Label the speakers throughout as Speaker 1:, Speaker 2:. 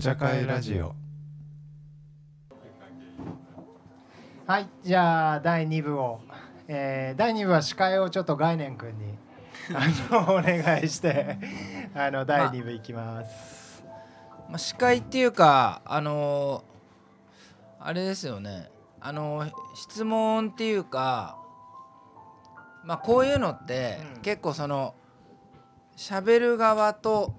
Speaker 1: 茶会ラジオ
Speaker 2: はいじゃあ第2部を、えー第2部は司会をちょっと概念 君にあのお願いしてあの第2部いきます、
Speaker 3: まあ、司会っていうかあのーあれですよねあのー質問っていうかまあこういうのって
Speaker 2: うん
Speaker 3: 結構その喋る側と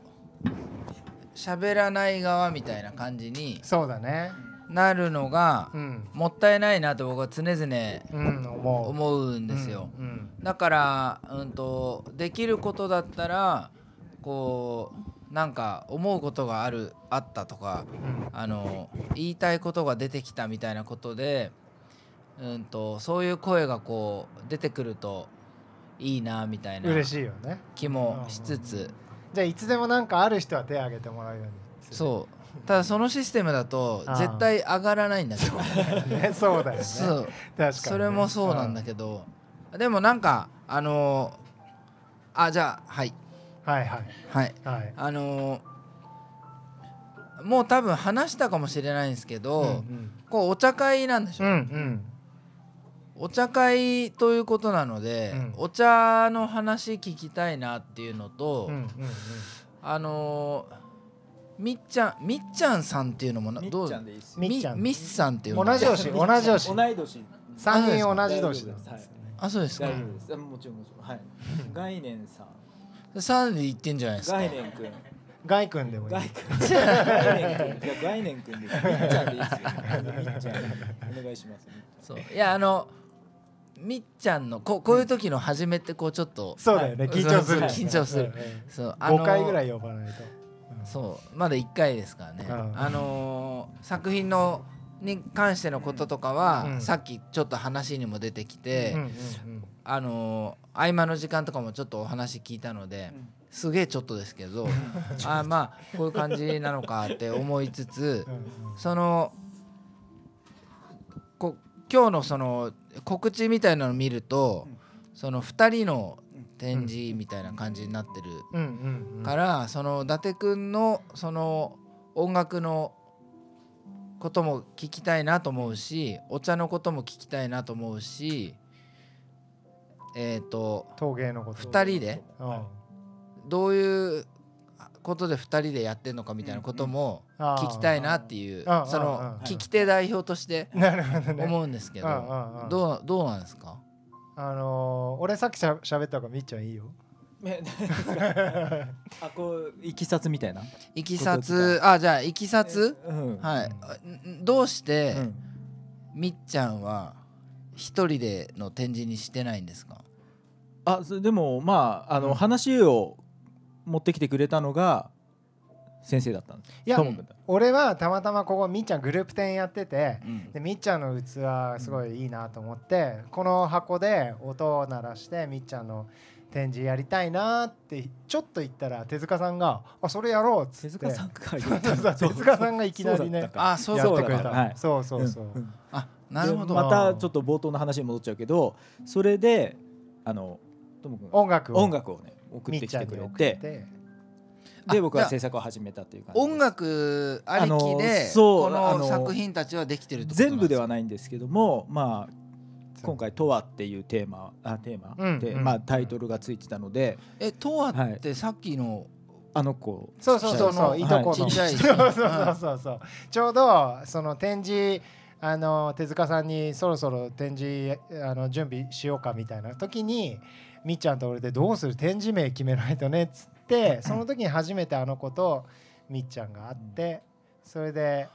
Speaker 3: 喋らない側みたいな感じに
Speaker 2: そうだね
Speaker 3: なるのが
Speaker 2: うん
Speaker 3: もったいないなと僕は常々
Speaker 2: うん思う
Speaker 3: 思うんですよ。
Speaker 2: うんうん
Speaker 3: だから、うん、とできることだったらこうなんか思うことがあるあったとか
Speaker 2: うん
Speaker 3: あの言いたいことが出てきたみたいなことで、うん、とそういう声がこう出てくるといいなみたいな
Speaker 2: 嬉しいよね
Speaker 3: 気もしつつ
Speaker 2: じゃあいつでもなんかある人は手を挙げてもらうようにする
Speaker 3: そうただそのシステムだと
Speaker 2: あー
Speaker 3: 絶対上がらないんだけど
Speaker 2: ね そうだよね
Speaker 3: そう、
Speaker 2: 確かにね
Speaker 3: それもそうなんだけどでもなんかあのあじゃあはい
Speaker 2: うんはいはい
Speaker 3: はい
Speaker 2: はい
Speaker 3: あのもう多分話したかもしれないんですけど、
Speaker 2: うん
Speaker 3: こうお茶会なんでしょ
Speaker 2: うんうん
Speaker 3: お茶会ということなので、
Speaker 2: うん
Speaker 3: お茶の話聞きたいなっていうのと、
Speaker 2: うんうんうん
Speaker 3: あのーみっちゃんみっちゃんさんっていうのもな
Speaker 4: みっ
Speaker 3: どう
Speaker 4: ちゃんでいいっす。
Speaker 2: みっちゃん
Speaker 3: みみっさんっていう
Speaker 2: 同
Speaker 3: の
Speaker 2: じ年同じ年
Speaker 4: 同い年。
Speaker 2: 3人同じ年だ
Speaker 4: 大丈夫ですはい。
Speaker 3: あそうですか
Speaker 4: 大丈夫です。もちろんもちろん。はい。概念さん。
Speaker 3: さんで言ってんじゃないですか
Speaker 4: 概念くん。
Speaker 2: ガイ君でもいい
Speaker 4: 概念くん。概念くん。いや概念くんです。みっちゃんでいいっすよ。みっちゃん。お願いします。
Speaker 3: そういやあのみっちゃんのここういう時の初めってこうちょっと、
Speaker 2: そうだよね
Speaker 3: はい
Speaker 2: 緊張するよね
Speaker 3: 緊張する
Speaker 2: うんうん
Speaker 3: そうあのー
Speaker 2: 5回ぐらい呼ばないと。
Speaker 3: そうまだ1回ですからね、
Speaker 2: うん
Speaker 3: あのー作品のに関してのこととかは、
Speaker 2: うん
Speaker 3: さっきちょっと話にも出てきて、
Speaker 2: うんうん
Speaker 3: あのー合間の時間とかもちょっとお話聞いたので、
Speaker 4: うん
Speaker 3: すげえちょっとですけ どあーまあこういう感じなのかって思いつつ
Speaker 2: うん
Speaker 3: そのこ今日のその告知みたいなのを見ると、
Speaker 4: うん
Speaker 3: その2人の展示みたいな感じになってる。
Speaker 2: うんうんうん
Speaker 3: からその伊達くんのその音楽のことも聞きたいなと思うしお茶のことも聞きたいなと思うしえっ、と
Speaker 2: 陶芸のこと。
Speaker 3: 2人で
Speaker 2: うんあ
Speaker 3: どういうことで2人でやってんのかみたいなことも
Speaker 2: あ
Speaker 3: 聞きたいなっていう
Speaker 2: ああ
Speaker 3: そ
Speaker 2: ああ
Speaker 3: の
Speaker 2: あ
Speaker 3: 聞き手代表として
Speaker 2: なるほどね。
Speaker 3: 思うんですけ
Speaker 2: あ
Speaker 3: ど
Speaker 2: あああ
Speaker 3: どうどうなんですか
Speaker 2: あのー俺さっきしゃ喋ったからみっちゃんいいよ。
Speaker 4: え何ですかあこういきさつみたいな。
Speaker 3: いきさつあじゃあいきさつ
Speaker 4: うん。
Speaker 3: はいんんどうして、
Speaker 4: うん
Speaker 3: みっちゃんは一人での展示にしてないんですか
Speaker 4: あそでもまああの話を持ってきてくれたのが先生だったんです。
Speaker 2: いや
Speaker 4: ともくんだ
Speaker 2: 俺はたまたまここみっちゃんグループ展やってて
Speaker 3: う。ん
Speaker 2: でみっちゃんの器すごいいいなと思って、この箱で音を鳴らしてみっちゃんの展示やりたいなってちょっと言ったら手塚さんが「あそれやろう」っつ
Speaker 4: 手
Speaker 2: って
Speaker 4: 塚さんか
Speaker 2: そう手塚さんがいきなりね
Speaker 4: そうだったか
Speaker 3: あそう
Speaker 2: や
Speaker 3: そ
Speaker 2: っ
Speaker 3: う
Speaker 2: て
Speaker 3: だ
Speaker 2: くれ
Speaker 3: から
Speaker 2: た、
Speaker 4: はい
Speaker 2: そうそうそう、
Speaker 4: んん
Speaker 3: あなるほど
Speaker 4: でまたちょっと冒頭の話に戻っちゃうけどそれであのともくんが
Speaker 2: 音楽を
Speaker 4: 音楽をね送っ
Speaker 2: みってち
Speaker 4: き
Speaker 2: ゃん
Speaker 4: て
Speaker 2: に
Speaker 4: く
Speaker 2: 送
Speaker 4: れ
Speaker 2: って
Speaker 4: て
Speaker 3: あ
Speaker 4: で僕
Speaker 3: じゃ
Speaker 4: は
Speaker 3: あ
Speaker 4: 制作を始めたっていう感じです
Speaker 3: 音楽あり
Speaker 4: あ
Speaker 3: き
Speaker 4: の
Speaker 3: で
Speaker 4: そう
Speaker 3: こ
Speaker 4: あ
Speaker 3: の
Speaker 4: の
Speaker 3: 作品たちはできてるってことなん
Speaker 4: 全部ではいないんですけどもまあ今
Speaker 2: 回
Speaker 4: 回「とは」っていうテーマあ
Speaker 2: う
Speaker 4: テー
Speaker 2: ん
Speaker 4: マで
Speaker 2: うん
Speaker 4: まあタイトルがついてたので
Speaker 3: えとわってさっきの
Speaker 4: あの子
Speaker 2: そうそうそうそう、
Speaker 3: はい
Speaker 2: い、とこの、
Speaker 3: ちっちゃい
Speaker 2: そうそうそうそうそうちょうどその展示あの手塚さんにそろそろ展示あの準備しようかみたいな時にみっちゃんと俺でどうする展示名決めないとねっつってその時に初めてあの子とみっちゃんが会ってそれで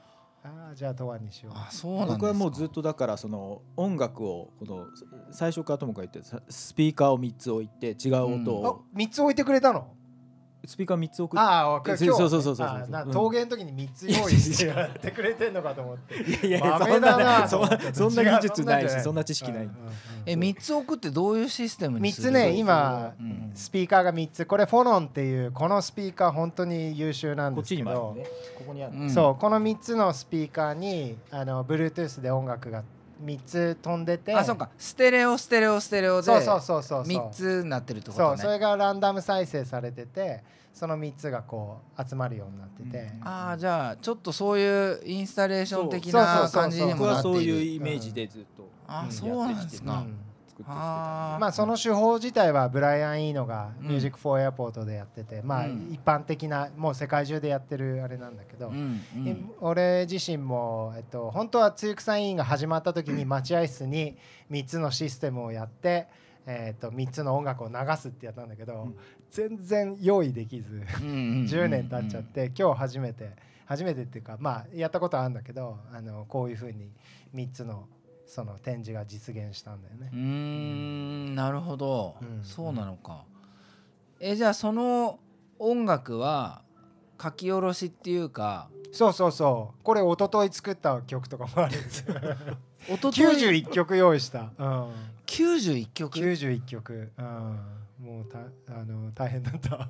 Speaker 2: ああじゃあとわにしよ
Speaker 3: あそうなんですか
Speaker 4: 僕はもうずっとだからその音楽をこの最初からともかく言ってさスピーカーを3つ置いて違う音
Speaker 2: うあ
Speaker 4: を
Speaker 2: 三つ置いてくれたの
Speaker 4: スピーカー3つ置く
Speaker 2: ああ今日
Speaker 4: そうそうそうそうそう
Speaker 2: ああな
Speaker 4: うん
Speaker 2: 陶芸の時に三つ用意してやってくれてんのかと思って
Speaker 4: いやいや
Speaker 2: 豆だな
Speaker 4: そんなそんな技術ないしそんな知識ない
Speaker 2: うんうんうん
Speaker 3: え三つ送ってどういうシステムに
Speaker 2: 3
Speaker 3: す
Speaker 2: つ
Speaker 3: る
Speaker 2: ね今
Speaker 3: うん
Speaker 2: スピーカーが3つこれフォノンっていうこのスピーカー本当に優秀なん
Speaker 4: こ
Speaker 2: で
Speaker 4: っ
Speaker 2: す
Speaker 4: ち
Speaker 2: け
Speaker 4: にもあるよ
Speaker 2: ど
Speaker 4: ねここにある
Speaker 3: うん
Speaker 2: そうこの3つのスピーカーにあの Bluetooth で音楽が3つ飛んでて
Speaker 3: あそうかステレオステレオステレオで
Speaker 2: そうそうそうそうそう
Speaker 3: 3つになってるってこと
Speaker 2: そう
Speaker 3: ね
Speaker 2: それがランダム再生されててその3つがこう集まるようになってて、
Speaker 4: うん
Speaker 3: ああじゃあちょっとそういうインスタレーション的
Speaker 2: そ
Speaker 3: な
Speaker 2: うそうそうそう
Speaker 3: 感じに
Speaker 4: 僕
Speaker 3: もな
Speaker 4: は
Speaker 3: って
Speaker 4: そう
Speaker 3: い
Speaker 4: いう
Speaker 3: る
Speaker 4: イメージでずっと
Speaker 3: あ
Speaker 4: うん
Speaker 3: そうなんです
Speaker 2: う
Speaker 3: か
Speaker 2: ん
Speaker 4: 作ってきて
Speaker 3: あ
Speaker 4: たん
Speaker 3: ー
Speaker 4: で
Speaker 2: まあその手法自体はブライアン・イーノが「
Speaker 3: うん
Speaker 2: ミュージック・フォー・エアポート」でやってて、まあ
Speaker 3: うん
Speaker 2: 一般的なもう世界中でやってるあれなんだけど、
Speaker 3: うんう
Speaker 2: え
Speaker 3: ん
Speaker 2: 俺自身も、えっと、本当は通訳参委員が始まった時に待合室に3つのシステムをやって、えっと、3つの音楽を流すってやったんだけど、
Speaker 4: うん
Speaker 2: 全然用意できず
Speaker 3: うんうんうん
Speaker 2: 10年経っちゃって、今日初めて初めてっていうかまあやったことはあるんだけどあのこういうふうに3つのその展示が実現したんだよね
Speaker 3: うー。んなるほど、
Speaker 2: うん
Speaker 3: そうなのかえじゃあその音楽は書き下ろしっていうか
Speaker 2: そうそうそうこれ一昨日作った曲とかもあるんですよ
Speaker 3: 音
Speaker 2: 91曲用意した、うん、
Speaker 3: 91曲
Speaker 2: 91曲、うん、もうたあの大変だ った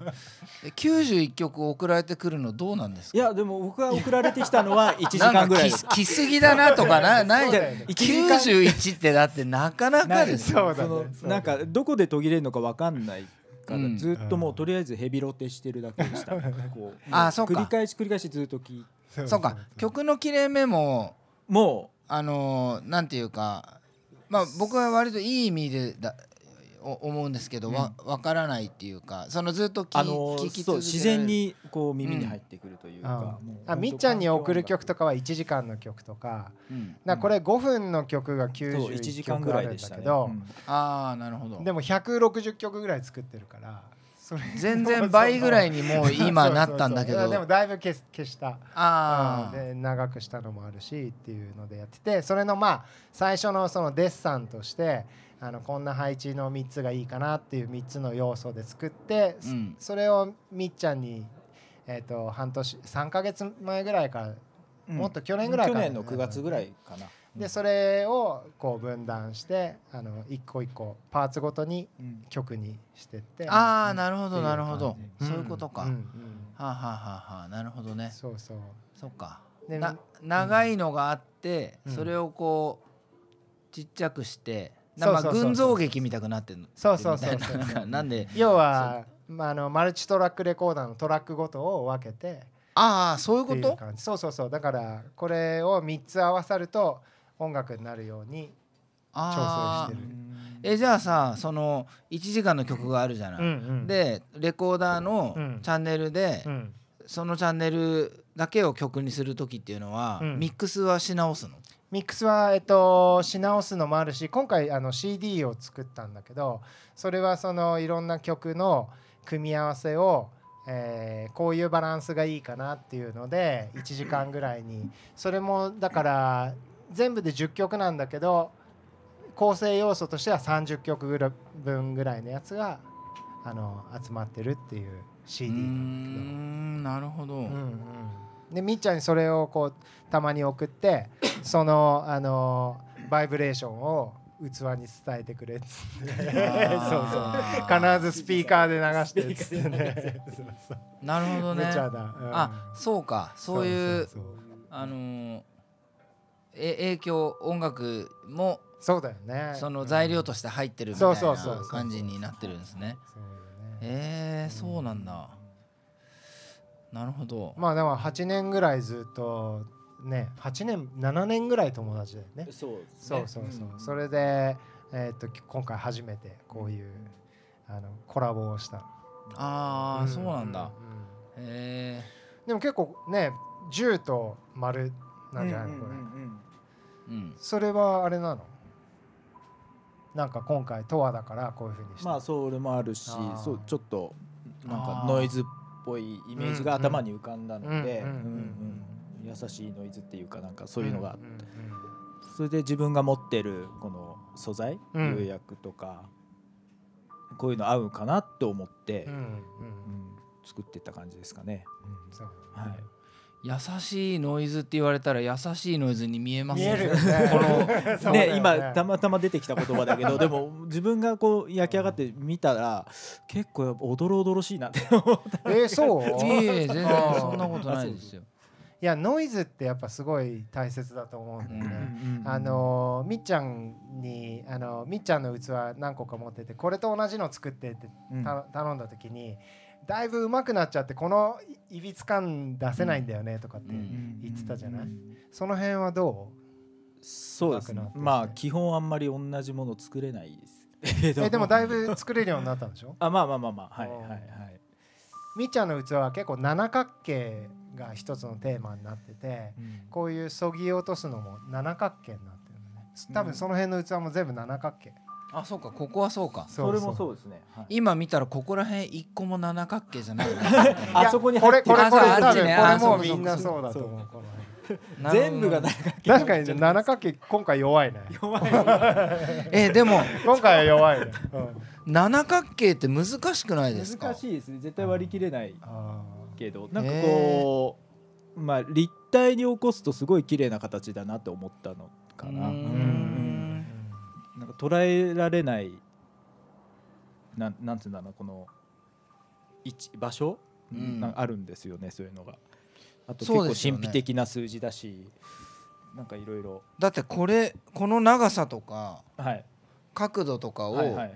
Speaker 3: え91曲送られてくるのどうなんです
Speaker 4: い
Speaker 3: か
Speaker 4: やでも僕が送られてきた のは1時間ぐらい
Speaker 3: なんか来来すぎだなとかなな
Speaker 2: そ
Speaker 3: いう
Speaker 2: だよね
Speaker 4: 一時間
Speaker 3: 91ってだってなかなかです
Speaker 2: そう
Speaker 3: よ
Speaker 2: だね
Speaker 4: その
Speaker 2: そうだね
Speaker 4: なんかどこで途切れるのかわかんないから
Speaker 3: うん
Speaker 4: ずっともうとりあえずヘビロテしてるだけでした。こ う
Speaker 3: あそうか
Speaker 4: 繰り返し繰り返しずっと聞い
Speaker 3: そうか曲の切れ目も
Speaker 4: も
Speaker 3: あのーなんていうかまあ僕は割といい意味でだお思うんですけど、わわからないっていうかそのずっと
Speaker 4: う
Speaker 3: 聞,、
Speaker 4: あの
Speaker 3: 聞き続けられ
Speaker 4: そう
Speaker 3: る
Speaker 4: 自然にこう耳に入ってくるというか。もう
Speaker 2: あみっちゃんに送る曲とかは1時間の曲とか
Speaker 3: う
Speaker 2: だ
Speaker 3: ん
Speaker 2: からこれ5分の曲が
Speaker 4: そう1時
Speaker 2: 91
Speaker 4: 間ぐ
Speaker 2: 曲あ
Speaker 4: らい
Speaker 2: るん
Speaker 4: でし
Speaker 2: だ
Speaker 4: た
Speaker 2: け
Speaker 4: ね。
Speaker 2: ど、
Speaker 4: うん
Speaker 3: ああなるほど
Speaker 2: でも160曲ぐらい作ってるからそれ
Speaker 3: 全然倍ぐらいに もう今なったんだけど
Speaker 2: そうそうそうでもだいぶ消す消した
Speaker 3: あ
Speaker 2: うんで長くしたのもあるしっていうのでやっててそれのまあ最初のそのデッサンとしてあのこんな配置の3つがいいかなっていう3つの要素で作って、
Speaker 3: あ、うん、
Speaker 2: それをみっちゃんに、えー、と半年3ヶ月前ぐらいから、
Speaker 4: うん
Speaker 2: もっと去年ぐらいか
Speaker 4: 去
Speaker 2: ら
Speaker 4: 年の9月ぐらいかな。
Speaker 2: でそれをこう分断してあの一個一個パーツごとに
Speaker 4: うん
Speaker 2: 曲にしてって
Speaker 3: ああ
Speaker 2: る
Speaker 3: なるほどなるほど
Speaker 4: うん
Speaker 3: そういうことか、
Speaker 2: うんうん
Speaker 3: はあ、はあはあはあ、なるほどね
Speaker 2: そうそう
Speaker 3: そうか
Speaker 2: で
Speaker 3: な長いのがあって、
Speaker 2: うん
Speaker 3: それをこうちっちゃくして、
Speaker 2: そう
Speaker 3: ま
Speaker 2: そ
Speaker 3: あ
Speaker 2: うそうそう
Speaker 3: 群像劇みたくなってる
Speaker 2: そうそうそう
Speaker 3: みたいななんかなんで
Speaker 2: 要は、まあ、あのマルチトラックレコーダーのトラックごとを分けて
Speaker 3: ああそういう
Speaker 2: ってい
Speaker 3: こ
Speaker 2: う
Speaker 3: と
Speaker 2: 感じそうそうそうだからこれを3つ合わさると音楽になるように
Speaker 3: あ
Speaker 2: 調整してる
Speaker 3: あえじゃあさその1時間の曲があるじゃない、
Speaker 2: で、
Speaker 3: でレコーダー
Speaker 2: う
Speaker 3: の
Speaker 2: ん
Speaker 3: チャンネルで、
Speaker 2: うん
Speaker 3: そのチャンネルだけを曲にする時っていうのは、
Speaker 2: うん
Speaker 3: ミックスはし直すの
Speaker 2: ミックスは、えっと、し直すのもあるし今回あの CD を作ったんだけどそれはそのいろんな曲の組み合わせを、えーこういうバランスがいいかなっていうので1時間ぐらいにそれもだから全部で10曲なんだけど構成要素としては30曲ぐら分ぐらいのやつがあの集まってるっていう
Speaker 3: うー
Speaker 2: CD なんだけど。
Speaker 3: んなるほど、
Speaker 2: うんうん、でみっちゃんにそれをこうたまに送ってそのあのーバイブレーションを器に伝えてくれっつって そうそう
Speaker 3: あー
Speaker 2: 必ずスピーカーで流してっつってねそうそう
Speaker 3: なるほど
Speaker 2: 無
Speaker 3: ね
Speaker 2: 茶だ、うん
Speaker 3: あそうかそういう
Speaker 2: そう
Speaker 3: あのーえ影響音楽も
Speaker 2: そうそうだよね
Speaker 3: その材料として入ってるみたい
Speaker 2: そうそうそう
Speaker 3: な
Speaker 2: そう
Speaker 3: 感じになってるんですね。
Speaker 2: そうよね
Speaker 3: えー、そうなんだ。なるほど。
Speaker 2: まあでも8年ぐらいずっとね8年7年ぐらい友達だよね
Speaker 4: そうですね
Speaker 2: そうそうそう、
Speaker 4: ん
Speaker 2: それで、えー、と今回初めてこういう、あのコラボをした
Speaker 3: ああ、そうなんだ。
Speaker 2: ううん
Speaker 3: え
Speaker 2: でも結構ね10と丸なんじゃないのこれ、
Speaker 4: うんうんうん
Speaker 3: ー、うん。
Speaker 2: それはあれなのなんか今回「とわ」だからこういうふうにして、
Speaker 4: まあそれもあるし
Speaker 2: あー
Speaker 4: そうちょっとなん
Speaker 3: あ
Speaker 4: か
Speaker 3: ー
Speaker 4: ノイズっぽいイメージが
Speaker 2: うんうん
Speaker 4: 頭に浮かんだの
Speaker 2: う
Speaker 4: でうんん
Speaker 2: うん
Speaker 4: うん優しいノイズっていうかなんかそういうのがあって
Speaker 2: んん
Speaker 4: それで自分が持ってるこの素材
Speaker 2: うん
Speaker 4: 釉薬とかこういうの合うかなと思って
Speaker 2: うんう
Speaker 4: うんん作ってった感じですかね。
Speaker 2: うんそう
Speaker 4: はい
Speaker 3: 優しいノイズって言われたら優しいノイズに見えます
Speaker 2: 見
Speaker 3: ね
Speaker 2: え るよね
Speaker 3: こ
Speaker 2: そうだよ
Speaker 4: ね、今たまたま出てきた言葉だけどでも自分がこう焼き上がって見たら結構やっぱおどろおどろしいなって思った
Speaker 2: えー、そう
Speaker 3: の。いえいえ全然
Speaker 2: あー
Speaker 3: そんなことないですよ。
Speaker 2: いやノイズってやっぱすごい大切だと思うんだよね。
Speaker 3: うん
Speaker 2: あのーみっちゃんにあのーみっちゃんの器何個か持っててこれと同じの作ってって
Speaker 4: うん
Speaker 2: た頼んだ時にだいぶうまくなっちゃってこのいいびつ感出せないんだよねとかって、
Speaker 3: うん
Speaker 2: 言ってたじゃないその辺はど
Speaker 4: そうです
Speaker 2: うまくなっ
Speaker 4: ね
Speaker 2: てですね
Speaker 4: まあ基本あんまり同じもの作れないですけ
Speaker 2: う
Speaker 4: ど
Speaker 2: えでもだいぶ作れるようになったんでしょ
Speaker 4: あまあまあまあまあはい
Speaker 2: あー
Speaker 4: はいはい、
Speaker 2: みっちゃんの器は結構七角形が一つのテーマになっててこういうそぎ落とすのも七角形になってるのね多分その辺の器も全部七角形、
Speaker 3: あそうかここはそうか
Speaker 4: それもそううですね、はい
Speaker 3: 今見たらここら辺一個も七角形じゃないね
Speaker 2: いや
Speaker 4: あそこに
Speaker 2: これこれこれ
Speaker 3: あそうあ
Speaker 2: 多
Speaker 3: っち
Speaker 2: 分
Speaker 3: ね
Speaker 2: これ
Speaker 3: あそう
Speaker 2: も
Speaker 3: か
Speaker 2: うみんな
Speaker 4: そう
Speaker 2: そ
Speaker 4: か
Speaker 2: うだと
Speaker 4: そう
Speaker 2: 思う
Speaker 4: か
Speaker 2: この辺
Speaker 3: なるほど
Speaker 4: 全部が中掛け
Speaker 2: 確かにね七角形今回弱いね
Speaker 4: 弱い
Speaker 3: えでも
Speaker 2: 今回は弱 いね、うん
Speaker 3: 七角形って難しくないですか
Speaker 4: 難しいですね絶対割り切れない
Speaker 2: あ
Speaker 4: けどなんかこうまあ立体に起こすとすごい綺麗な形だなって思ったのかな
Speaker 2: ーう
Speaker 3: うー
Speaker 2: んん
Speaker 4: なんか捉えられないなんなんていうんだろうこの位置場所、
Speaker 3: うん
Speaker 4: なんかあるんですよねそういうのがあと結
Speaker 3: そうで
Speaker 4: 構神
Speaker 3: すよね
Speaker 4: 秘的な数字だし、なんかいろいろ
Speaker 3: だってこれこの長さとか
Speaker 4: はい
Speaker 3: 角度とか
Speaker 4: はいはい
Speaker 3: を
Speaker 4: はい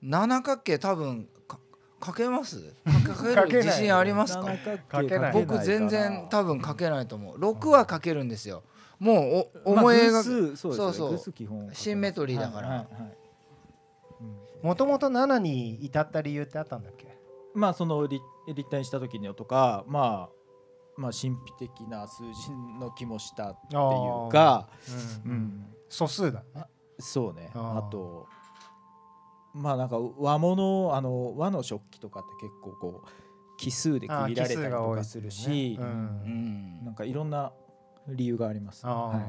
Speaker 3: 七角形多分かかけますかかける自信ありますか
Speaker 2: かけない
Speaker 3: 僕全然多分かけないと思う6はかけるんですよもうお
Speaker 4: 思
Speaker 3: 思い
Speaker 4: い
Speaker 3: 描
Speaker 4: が
Speaker 3: く、
Speaker 4: そうですね
Speaker 3: そうそう
Speaker 4: 偶数基本
Speaker 3: シンメトリーだから
Speaker 4: はいはいはいうん
Speaker 2: もともと7に至った理由ってあったんだっけ
Speaker 4: まあその立立体にした時にとか、まあ、まあ神秘的な数字の気もしたっていうか、
Speaker 2: う
Speaker 4: うんん、
Speaker 2: 素数だ
Speaker 4: そうね
Speaker 2: あ
Speaker 4: あ
Speaker 2: ー
Speaker 4: とまあなんか和物あの和の食器とかって結構こう奇数で区切られたりとかするし、
Speaker 2: あー奇数が多いですよねうん
Speaker 3: うん
Speaker 4: なんかいろんな理由があります。
Speaker 2: ああ、
Speaker 4: はい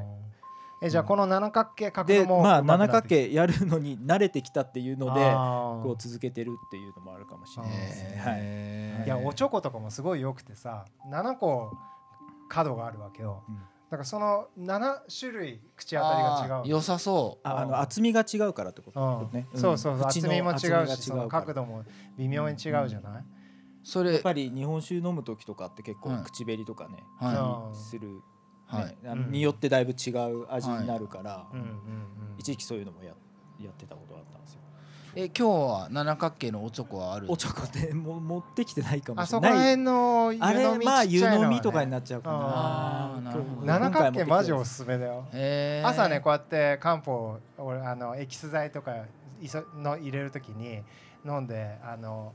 Speaker 2: えじゃあこの七角形角
Speaker 4: で
Speaker 2: 度も
Speaker 4: まあ
Speaker 2: 上手くな
Speaker 4: 七
Speaker 2: ってき
Speaker 4: 掛
Speaker 2: て
Speaker 4: けやるのに慣れてきたっていうので
Speaker 2: あー
Speaker 4: こう続けてるっていうのもあるかもしれないですね。はい
Speaker 3: へー
Speaker 2: いやおちょことかもすごい良くてさ7個角があるわけよ、
Speaker 4: うん
Speaker 2: だからその7種類口当たりが
Speaker 3: あー
Speaker 2: 違う
Speaker 3: 良さそう
Speaker 4: ああの厚みが違うからってこと
Speaker 2: の、
Speaker 4: ね
Speaker 2: うんそうそうそう
Speaker 4: 口
Speaker 2: 厚
Speaker 4: の
Speaker 2: みも違うし
Speaker 4: 厚みが
Speaker 2: その
Speaker 4: から
Speaker 2: 角度も微妙に違うじゃない、
Speaker 3: そ
Speaker 4: やっ
Speaker 3: れ
Speaker 4: ぱり日本酒飲む時とかって結構
Speaker 3: はい
Speaker 4: 口紅とかね、
Speaker 3: はい
Speaker 2: あー
Speaker 4: する、ね
Speaker 3: はい
Speaker 4: あの
Speaker 2: うん
Speaker 4: によってだいぶ違う味になるから、
Speaker 2: うんうんうん
Speaker 4: 一時期そういうのもややってたことがあったんですよ。
Speaker 3: え今日は七角形のおちょこはある
Speaker 4: おちょこでも持ってきてないかも
Speaker 2: あ
Speaker 4: しれ
Speaker 2: そこら
Speaker 4: ない。
Speaker 2: 辺の
Speaker 4: あれまあ
Speaker 2: ちっ
Speaker 4: 湯
Speaker 2: ちゃい
Speaker 4: 飲
Speaker 2: はね
Speaker 4: みとかになっちゃうか
Speaker 3: あーな
Speaker 4: な。
Speaker 3: るほど
Speaker 2: 七角形マジお
Speaker 4: す
Speaker 2: すすめだよ、
Speaker 3: へー
Speaker 2: 朝ねこうやって漢方俺あのエキス剤とかいその入れるときに飲んであの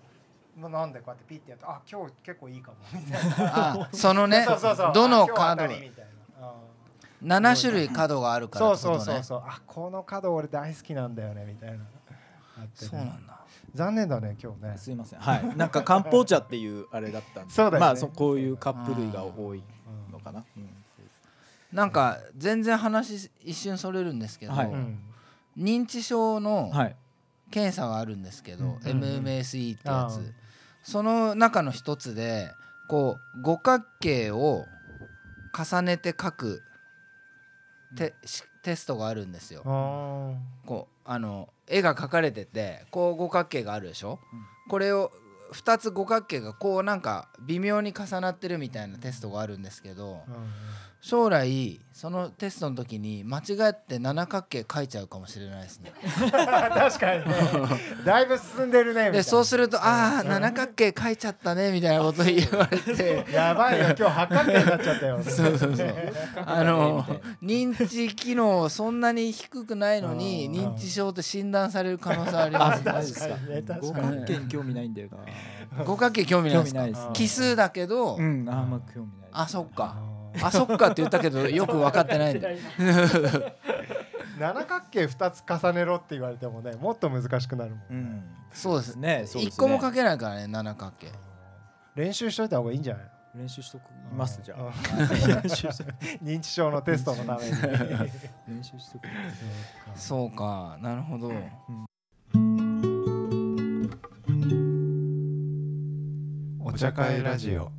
Speaker 2: 飲んでこうやってピッてやるとあ今日結構いいかもみたいな
Speaker 3: あその ね
Speaker 2: そうそうそう
Speaker 3: ど
Speaker 2: あ
Speaker 3: の
Speaker 2: 今日当た
Speaker 3: 角
Speaker 2: りみたいなうん
Speaker 3: 七種類角があるか
Speaker 2: そ
Speaker 3: らっ
Speaker 2: う
Speaker 3: てこと
Speaker 2: そう
Speaker 3: ね
Speaker 2: そうそうあこの角俺大好きなんだよねみたいなあってね
Speaker 3: そうなんだ
Speaker 2: 残念だね今日ね
Speaker 4: すいません。はい。なんか漢方茶っていうあれだったん で。
Speaker 2: そうだよね
Speaker 4: まあそこういうカップ類が多いのかな。うん
Speaker 3: なんか全然話一瞬それるんですけど、
Speaker 4: はい
Speaker 2: うん
Speaker 3: 認知症の
Speaker 4: はい。
Speaker 3: 検査があるんですけど、
Speaker 4: うん
Speaker 3: MMSE ってや
Speaker 2: あ
Speaker 3: つ、
Speaker 2: ー
Speaker 3: その中の一つでこう五角形を重ねて書くテ,し、テストがあるんですよ。
Speaker 2: あ
Speaker 3: こうあの絵が描かれててこう五角形があるでしょ、
Speaker 4: うん
Speaker 3: これを2つ五角形がこうなんか微妙に重なってるみたいなテストがあるんですけど
Speaker 2: ーうん
Speaker 3: 将来そのテストの時に間違って七角形描いちゃうかもしれないですね。
Speaker 2: 確かにねだいぶ進んでるねみたいな
Speaker 3: でそうすると「ああ七角形描いちゃったね」みたいなこと言われて
Speaker 2: やばいよ今日八角形になっちゃったよ
Speaker 3: そうそうそうあの
Speaker 4: みたい
Speaker 3: 認知機能そんなに低くないのに
Speaker 2: うん
Speaker 3: 認知症って診断される可能性あります
Speaker 4: な
Speaker 3: ね
Speaker 4: マジですか
Speaker 2: 確かにね確か
Speaker 4: 五
Speaker 2: に
Speaker 4: 角形に興味ないんだよな。
Speaker 3: 五角形興味ないです
Speaker 4: 興味な
Speaker 3: か
Speaker 4: いです
Speaker 2: ね
Speaker 3: 奇数だけど、
Speaker 4: うん。あんま興味ないですね。
Speaker 3: あそっか
Speaker 2: あー
Speaker 3: あそっかって言ったけどよく分かってないんだ
Speaker 2: 七角形二つ重ねろって言われてもねもっと難しくなるもん、
Speaker 4: うん。
Speaker 3: そうです
Speaker 4: ね。そうですね
Speaker 3: 一個も書けないからね七角形
Speaker 2: 練習しといた方がいいんじゃない
Speaker 4: 練習しときますじゃ
Speaker 2: うん
Speaker 4: あ。 練習しとく
Speaker 2: 認知症のテストのために
Speaker 4: 練習しとく。
Speaker 3: そうかなるほど
Speaker 2: お茶会ラジオ